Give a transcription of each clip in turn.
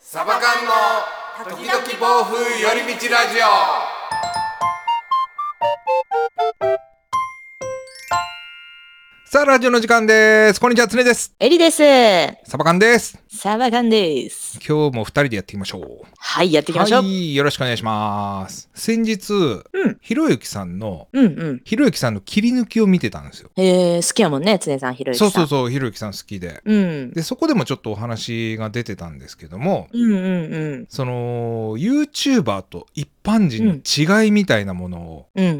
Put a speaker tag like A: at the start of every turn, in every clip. A: サバ缶の時々暴風寄り道ラジオ
B: さあ、ラジオの時間です。こんにちは、つねです。
C: エリです。
B: サバカンです。
C: サバガンです。
B: 今日も二人でやっていきましょう。
C: はい、やっていきましょう。
B: はい、よろしくお願いします。先日、
C: うん
B: ひろゆきさんの、
C: うんうん。
B: ひろゆきさんの切り抜きを見てたんですよ。
C: えー、好きやもんね、常さん、ひろゆきさ
B: そ
C: ん。
B: うそう
C: う。
B: そう、ひろゆきさん好きで。
C: うん。
B: で、そこでもちょっとお話が出てたんですけども、
C: うんうんうん。
B: その、YouTuber と一般人の違いみたいなものを、
C: うんうんう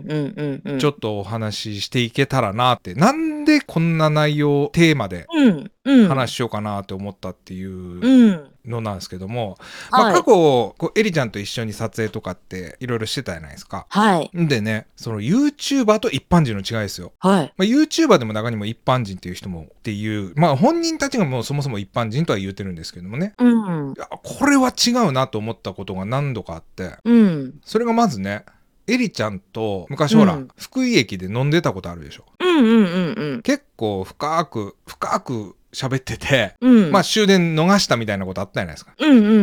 C: んうん。
B: ちょっとお話ししていけたらなって、なんでこんな内容、テーマで
C: うんうん。。
B: 話しようかなって思ったっていううんのなんですけども、まあ
C: はい
B: 過去こうエリちゃんと一緒に撮影とかっていろいろしてたじゃないですか。
C: はい。
B: んでねその YouTuber と一般人の違いですよ。
C: はい。
B: まあ、YouTuber でも中にも一般人っていう人もっていうまあ本人たちがもうそもそも一般人とは言ってるんですけどもね
C: うん。
B: いやこれは違うなと思ったことが何度かあって
C: うん。
B: それがまずねエリちゃんと昔ほら、
C: うん
B: 福井駅で飲んでたことあるでしょ
C: うんうんうんうん。
B: 結構深く深く喋ってて、
C: うん。
B: まあ終電逃したみたいなことあったじゃないですか
C: うんうんうんう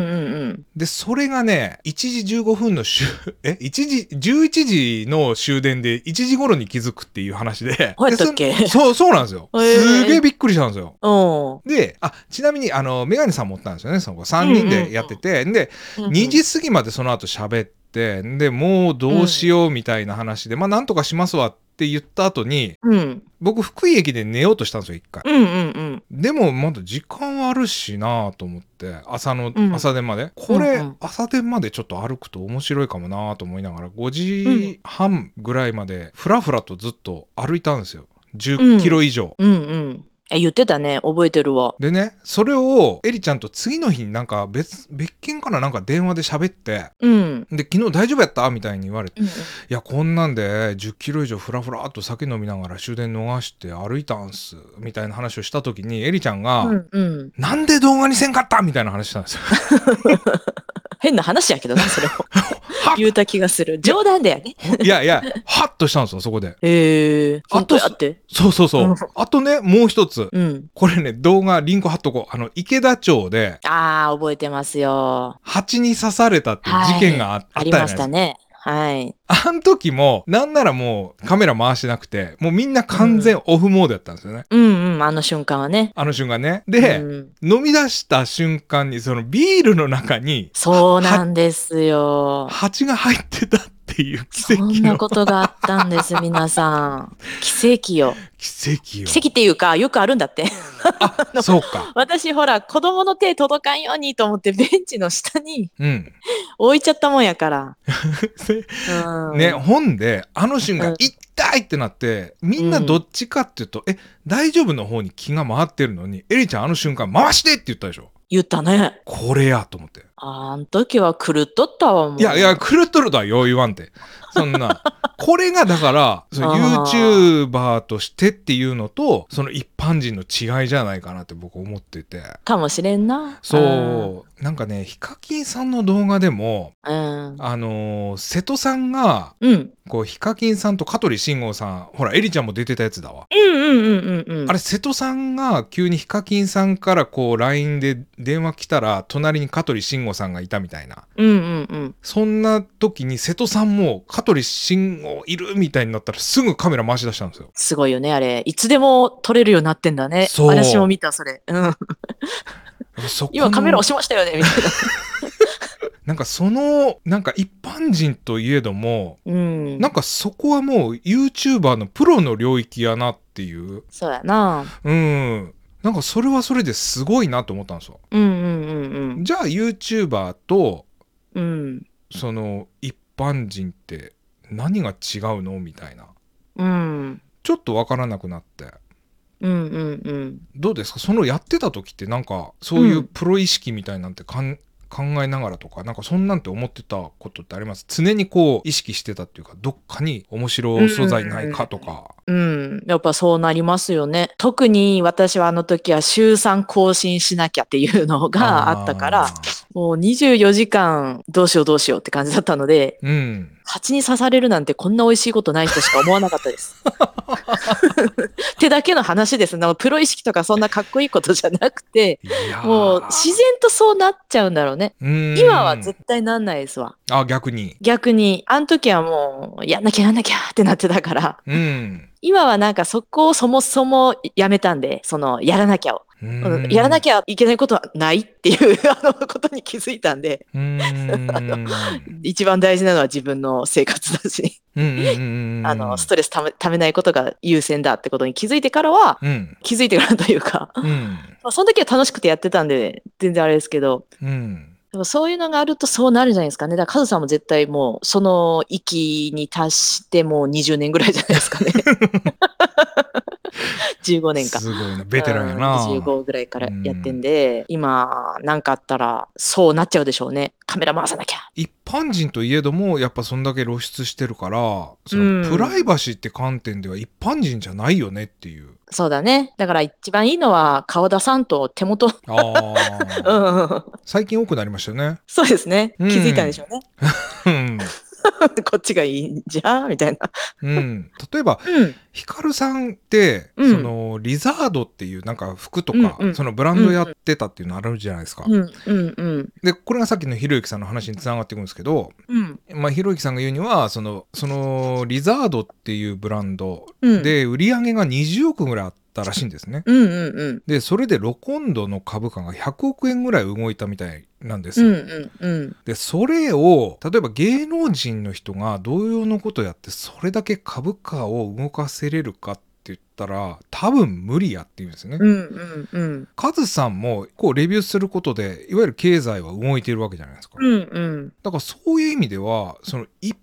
C: ん。
B: で、それがね、1時15分の終、 え、1時、11時の終電で1時頃に気づくっていう話で。
C: そうやったっけ
B: でそそう、そうなんですよ。
C: へー
B: すげえびっくりしたんですよ。
C: お
B: で、あ、ちなみに、あの、メガネさん持ったんですよね、その3人でやってて。で、
C: ー
B: 2時過ぎまでその後喋って、で、もうどうしようみたいな話で、まあ、なんとかしますわって言った後に、
C: うん
B: 僕、福井駅で寝ようとしたんですよ、一回。
C: うんうんうん。
B: でもまだ時間あるしなぁと思って朝の、
C: うん
B: 朝電までこれ、
C: うんうん
B: 朝電までちょっと歩くと面白いかもなぁと思いながら5
C: う
B: 時
C: ん
B: 半ぐらいまでふらふらとずっと歩いたんですよ
C: う
B: 10
C: ん
B: キロ以上、
C: うんうん。え、言ってたね。覚えてるわ。
B: でねそれをエリちゃんと次の日になんか別別件からなんか電話で喋って
C: うん。
B: で昨日大丈夫やったみたいに言われて
C: うん
B: いやこんなんで10キロ以上ふらふらっと酒飲みながら終電逃して歩いたんすみたいな話をした時にエリちゃんが、
C: うんうん。
B: なんで動画にせんかったみたいな話したんですよ。
C: 変な話やけ どな、それを。
B: は
C: 言うた気がする。冗談だよね。
B: いやいや、はっとしたんですよ、そこで。あ
C: えー。本
B: と
C: 当やって。。
B: そうそうそううんあとね、もう一つ。
C: うん。
B: これね、動画、リンク貼っとこう。あの、池田町で、
C: ああ、覚えてますよ。
B: 蜂に刺されたっていう事件があ,、あ
C: あ
B: った
C: り
B: じゃない
C: ま
B: で
C: し
B: す
C: た
B: か。
C: ね。はい。
B: あの時も、なんならもうカメラ回してなくて、もうみんな完全オフモードやったんですよね。
C: うんうん、あの瞬間はね。
B: あの瞬間ね。で、
C: うん、
B: 飲み出した瞬間に、そのビールの中に、
C: そうなんですよ。
B: 蜂が入ってたっていう奇跡
C: そんな
B: の、
C: ことがあったんです、皆さん。奇跡よ。
B: 奇跡よ。
C: 奇跡っていうか、よくあるんだって。
B: 跡そうか。
C: 私、ほら、子供の手届かんようにと思って、ベンチの下に
B: うん。
C: 置いちゃったもんや から。
B: せ
C: うん、
B: ね、本であの瞬
C: う
B: 間
C: ん
B: 「痛い!」ってなってみんなどっちかっていうと「え大丈夫?」の方に気が回ってるのにエリちゃんあの瞬間「回して!」って言ったでしょ
C: 言ったね。
B: これやと思って
C: あん時は狂っとったわ、もう。
B: いやいや狂っとるとはよう言わんてそんな これがだからその
C: あー
B: YouTuber としてっていうのとその一般人の違いじゃないかなって僕思ってて
C: かもしれんな。
B: そうなんかねヒカキンさんの動画でも
C: うん。うん。
B: あのー瀬戸さんが
C: うん。
B: こうヒカキンさんと香取慎吾さんほらエリちゃんも出てたやつだわ
C: うんうんうんうんうん。
B: あれ瀬戸さんが急にヒカキンさんからこう LINE で電話来たら隣に香取慎吾さんがいたみたいな
C: うんうんうん。
B: そんな時に瀬戸さんも香取慎吾いるみたいになったらすぐカメラ回し出したんですよ
C: すごいよね、あれ。いつでも撮れるようになってんだね。
B: そう
C: 私も見た、それ。うん。
B: そこの
C: 今カメラ押しましたよね、み たいな。
B: なんかそのなんか一般人といえども
C: うん
B: なん。かそこはもう YouTuber のプロの領域やなっていう
C: そうやな。
B: うんなんかそれはそれですごいなと思ったんですよ
C: うんうんうん
B: じゃあ YouTuber と
C: うん。うん。
B: その一般人って何が違うのみたいな
C: うん。
B: ちょっと分からなくなって
C: うんうんうん。
B: どうですかそのやってた時ってなんかそういううんプロ意識みたいなんてかん考えながらとかなんかそんなんて思ってたことってあります常にこう意識してたっていうかどっかに面白素材ないかとか、
C: うん。やっぱそうなりますよね。特に私はあの時は週3更新しなきゃっていうのがあったから、もう24時間どうしようどうしようって感じだったので、
B: うん。
C: 蜂に刺されるなんてこんな美味しいことない人しか思わなかったです。ってだけの話です。なんかプロ意識とかそんなかっこいいことじゃなくて、
B: いやー
C: もう自然とそうなっちゃうんだろうね。
B: うん
C: 今は絶対なんないですわ。
B: あ、逆に。
C: 逆に、あの時はもう、やんなきゃやんなきゃってなってたから、
B: うん。
C: 今はなんかそこをそもそもやめたんで、その、やらなきゃを。
B: うん
C: やらなきゃいけないことはないっていう あのことに気づいたんで、
B: うん。うん
C: 一番大事なのは自分の生活だし、
B: うんうんうん
C: あの、ストレスためためないことが優先だってことに気づいてからは、
B: うん。
C: 気づいてからというか、
B: うん。
C: まあ、その時は楽しくてやってたんで、全然あれですけど、
B: うん。
C: でもそういうのがあるとそうなるじゃないですかね。だからカズさんも絶対もうその域に達してもう20年ぐらいじゃないです かね。15年か。
B: すごいな。ベテランやな。
C: うん25ぐらいからやってんで、今なんかあったらそうなっちゃうでしょうね。カメラ回さなきゃ。
B: 一般人といえどもやっぱそんだけ露出してるからそ
C: うん
B: のプライバシーって観点では一般人じゃないよねっていう、
C: そうだね。だから一番いいのは顔出さんと手元。
B: あー
C: うん。
B: 最近多くなりましたよね
C: そうですね。気
B: うん
C: づいたんでしょうね。
B: うん、
C: こっちがいいんじゃみたいな。
B: うん、例えば
C: うん。
B: ヒカルさんって、
C: うん
B: そのリザードっていうなんか服とか、
C: うんうん
B: そのブランドやってたっていうのあるじゃないですか、
C: うん。うん。うん。
B: でこれがさっきのひろゆきさんの話につながっていくんですけど、
C: うん。
B: まあ、ひろゆきさんが言うにはそのそのリザードっていうブランド
C: うん。
B: で売り上げが20億ぐらいあったらしいんですね
C: うん。うん。うん。
B: でそれでロコンドの株価が100億円ぐらい動いたみたいなんです
C: う
B: よ、
C: んうんうん
B: でそれを例えば芸能人の人が同様のことやってそれだけ株価を動かせれるかって言ったら多分無理やっていうんですよね、
C: うんうんうん
B: カズさんもこうレビューすることでいわゆる経済は動いているわけじゃないですか、
C: うんうん
B: だからそういう意味ではその一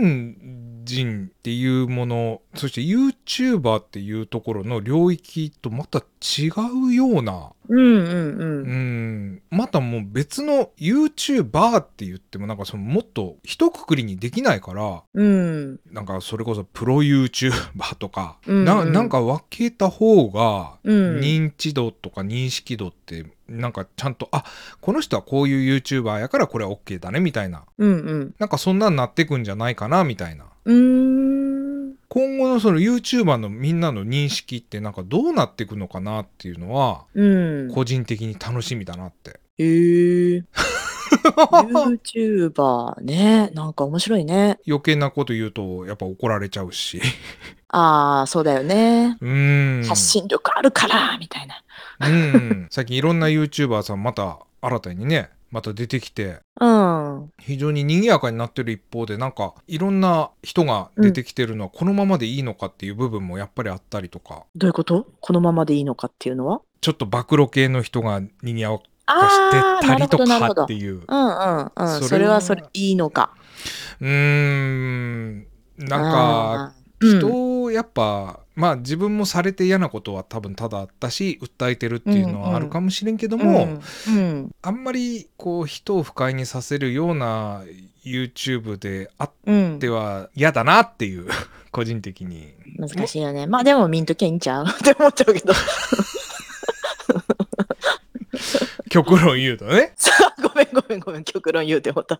B: 般人っていうものそして YouTuber っていうところの領域とまた違うような
C: うんうんう
B: うんんまたもう別の YouTuber って言ってもなんかそのもっと一括りにできないから
C: うん
B: なんかそれこそプロ YouTuber とか、
C: うんうん
B: ななんか分けた方が
C: うん
B: 認知度とか認識度ってなんかちゃんとあこの人はこういう YouTuber やからこれは OK だねみたいな
C: うん
B: なんかそんなんなってくんじゃないかなみたいな
C: うんうーん
B: 今後のその YouTuber のみんなの認識ってなんかどうなっていくのかなっていうのは
C: うん
B: 個人的に楽しみだなって。
C: へえ YouTuber ねなんか面白いね
B: 余計なこと言うとやっぱ怒られちゃう し
C: ああそうだよね
B: うーん
C: 発信力あるからみたいな
B: うん最近いろんな YouTuber さんまた新たにねまた出てきて
C: うん
B: 非常に賑やかになってる一方でなんかいろんな人が出てきてるのはこのままでいいのかっていう部分もやっぱりあったりとか
C: どういうことこのままでいいのかっていうのは
B: ちょっと暴露系の人がにぎやか
C: あ
B: して
C: あ
B: た
C: なる
B: り
C: ほ
B: と
C: どなるほ
B: かっ
C: ど
B: ていう
C: うんうんうんそ
B: そ
C: れ
B: れ
C: は
B: は
C: それいいのか
B: うーんなんか
C: あーうん
B: 人をやっぱ、まあ自分もされて嫌なことは多分ただあったし訴えてるっていうのはあるかもしれんけども、
C: うんうん
B: あんまりこう人を不快にさせるような YouTube であっ
C: うん
B: ては嫌だなっていう 個人的に
C: 難しいよね。まあでもミントきゃいいんちゃう って思っちゃうけど。
B: 極論言うとね
C: さあごめんごめんごめん、極論言うて思った。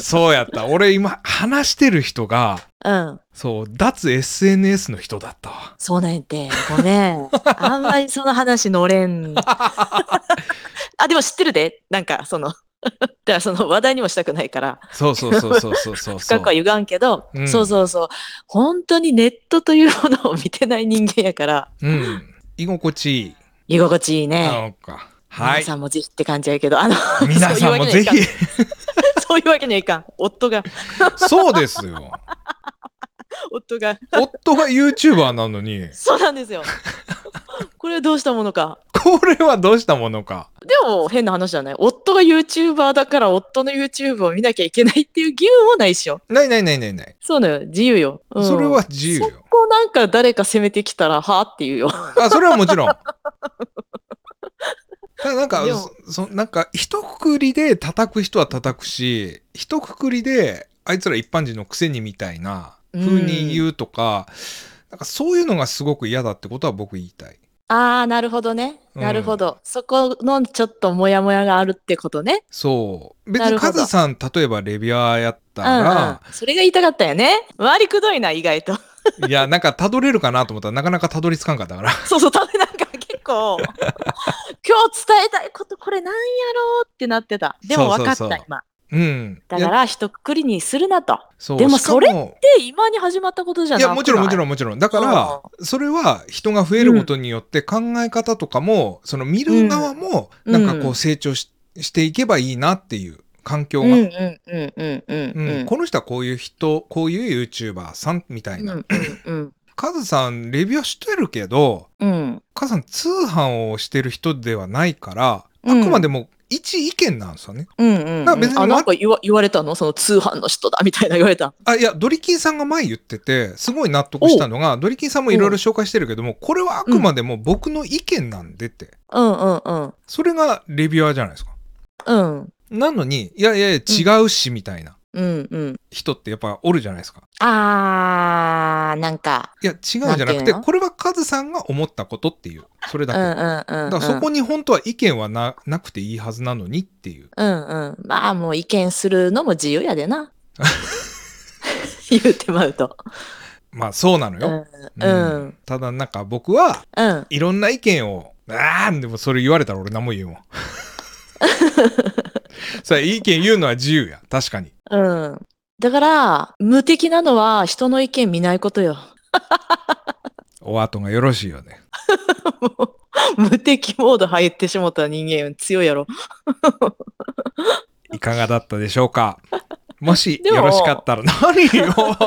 B: そうやった俺今話してる人が
C: うん。
B: そう脱 SNS の人だった わ
C: そうなんやて。ごめん。あんまりその話乗れ ん。あ、でも知ってるで。なんかその。 だからその話題にもしたくないから
B: そうそうそうそうそうそうそ
C: 深
B: う
C: くは歪んけど
B: うん
C: そうそうそう本当にネットというものを見てない人間やから
B: うん居心地いい
C: 居心地いいね
B: そうかはい
C: 皆さんもぜひって感じやけどあの
B: 皆さんもぜひ
C: そういうわけにはいかん夫が
B: そうですよ
C: 夫が
B: 夫が YouTuber なのに
C: そうなんです よこれはどうしたものか
B: これはどうしたものか
C: でも変な話じゃない夫が YouTuber だから夫の YouTube を見なきゃいけないっていう義務もないっしょ
B: ないないないないない
C: そうだよ自由よ、うん
B: それは自由
C: そ
B: よ
C: こなんか誰か攻めてきたらはあっていうよ
B: あそれはも ちろんただなんか
C: でも
B: そそなんか一括りで叩く人は叩くし一括りであいつら一般人のくせにみたいな風に言うとか、なんかそういうのがすごく嫌だってことは僕言いたい
C: ああ、なるほどね。
B: うん
C: なるほど。そこのちょっとモヤモヤがあるってことね。
B: そう別
C: な
B: に
C: るほ
B: カ
C: ど
B: ズさん例えばレビュアーやった
C: うんうん
B: ら、。
C: それが言いたかったよね。周りくどいな、意外と。
B: いやなんかたどれるかなと思ったらなかなかたどり着かんかったから
C: そうそう、多分なんか結構、 今日伝えたいことこれなんやろうってなってた。でも
B: そうそう
C: 分かった、
B: そう
C: 今。
B: うん
C: だから、一括りにするなと。
B: そう
C: でも
B: しか
C: それで、今に始まったことじゃ
B: い
C: な
B: や
C: くない
B: もちろんもちろ
C: ん。
B: んもちろんだからそれは人が増えることによって考え方とかも、その見る側も
C: うん
B: なんか
C: う
B: こうん成長し,、していけばいいなっていう環境
C: う
B: が、
C: んうんうんうんうん
B: うん
C: うん。
B: この人はこういう人こういう YouTuber さんみたいな、
C: うんうん
B: カズさんレビューはしてるけど
C: うん。
B: カズさん通販をしてる人ではないからあ
C: うん
B: くまでも一意見なんですよね、
C: うんうん
B: なか
C: うん
B: 別
C: ん。
B: に
C: あ、なんか言わ言われたのその通販の人だみたいな言われた。
B: あいやドリキンさんが前言っててすごい納得したのがドリキンさんもいろいろ紹介してるけどもこれはあくまでも僕の意見なんでって、
C: うんうんうん。
B: それがレビュアーじゃないですか
C: うん
B: なのにいやいやいや違うしみたいな
C: うんうん。
B: 人ってやっぱおるじゃないですか
C: あー、なんか。
B: いや違うじゃな
C: な
B: く
C: んて
B: て
C: いうの
B: これはカズさんが思ったことっていうそれ
C: う
B: だ
C: ん
B: け、
C: うんう
B: だか
C: んう
B: ら
C: ん。
B: そこに本当は意見はななくていいはずなのにっていう
C: うんうん。まあもう意見するのも自由や でな。言うてまうと。
B: まあそうなの
C: う
B: よ、
C: んうん
B: ただなんか僕は
C: うん。
B: いろんな意見をあーでもそれ言われたら俺何も言うもん それ意見言うのは自由や確かに
C: うん。だから、無敵なのは人の意見見ないことよ。
B: お後がよろしいよね
C: もう無敵モード入ってしもた人間強いやろ。
B: いかがだったでしょうかもし
C: でも
B: よろしかったら何よ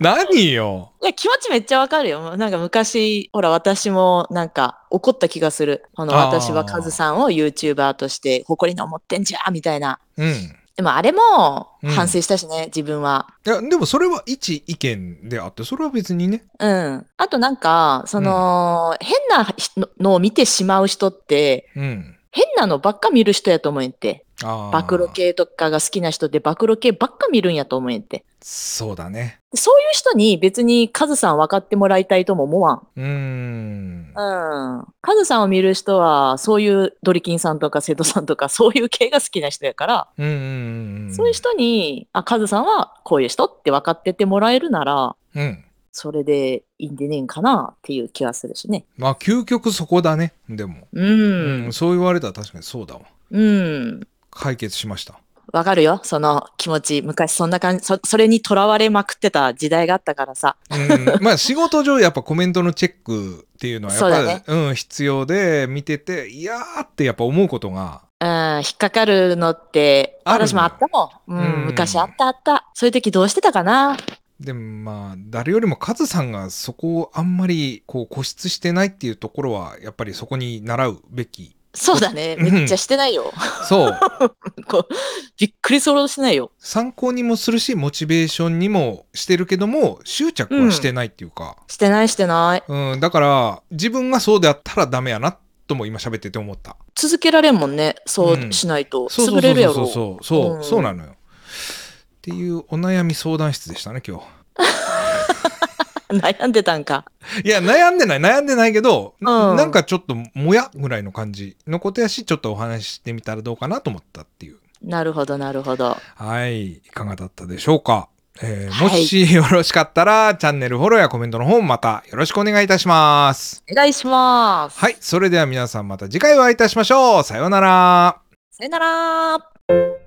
B: 何よ
C: いや、気持ちめっちゃわかるよ。なんか昔、ほら、私もなんか怒った気がする。あの、
B: あー
C: 私はカズさんを YouTuber として誇りに思ってんじゃみたいな。
B: うん
C: でもあれも
B: うん
C: 反省したしね、自分は。
B: いやでもそれは一意見であってそれは別にね
C: うん。あとなんか、その、変なひののを見てしまう人って、
B: うん
C: 変なのばっか見る人やと思えんって。
B: あー
C: 暴露系とかが好きな人って暴露系ばっか見るんやと思えんって。
B: そうだね
C: そういう人に別にカズさん分かってもらいたいとも思わん。
B: うーん
C: うん。カズさんを見る人は、そういうドリキンさんとか瀬戸さんとか、 そういう系が好きな人やから、
B: うんうんうん
C: そういう人に、あ、カズさんはこういう人って分かっててもらえるなら、
B: うん
C: それでいいんでねえんかなっていう気がするしね。
B: まあ究極そこだねでも
C: うん
B: うん、。そう言われたら確かにそうだわ
C: うん。
B: 解決しました
C: わかるよ。その気持ち。昔そんな感じ、そそれにとらわれまくってた時代があったからさ。
B: うん、 まあ仕事上やっぱコメントのチェックっていうのはやっぱ
C: そう
B: り
C: だね
B: うん、必要で見てていやーってやっぱ思うことが
C: うん、引っかかるのって、
B: あるのよ
C: 私もあったもん。うん、
B: うん
C: 昔あったあった。そういう時どうしてたかな。
B: でもまあ誰よりもカズさんがそこをあんまりこう固執してないっていうところはやっぱりそこに習うべき
C: そうだね。
B: うん
C: めっちゃしてないよ。
B: そう
C: こうびっくりそろしてないよ。
B: 参考にもするしモチベーションにもしてるけども執着はしてないっていうか、
C: してないしてない。
B: うんだから自分がそうであったらダメやなとも今喋ってて思った
C: 続けられんもんね。そううんしないと。
B: そうそう
C: 潰
B: そ
C: れ
B: う
C: るやろ。
B: そうそうそう、
C: うん
B: そうなのよっていうお悩み相談室でしたね今日
C: 悩んでたんか。
B: いや悩んでない悩んでないけど、な
C: うん
B: なんかちょっともやぐらいの感じのことやしちょっとお話ししてみたらどうかなと思ったっていう
C: なるほど、なるほど。
B: はいいかがだったでしょうか、えーも
C: はい
B: しよろしかったらチャンネルフォローやコメントの方もまたよろしくお願いいたします
C: お願いします。
B: はいそれでは皆さんまた次回お会いいたしましょうさようなら
C: さよなら。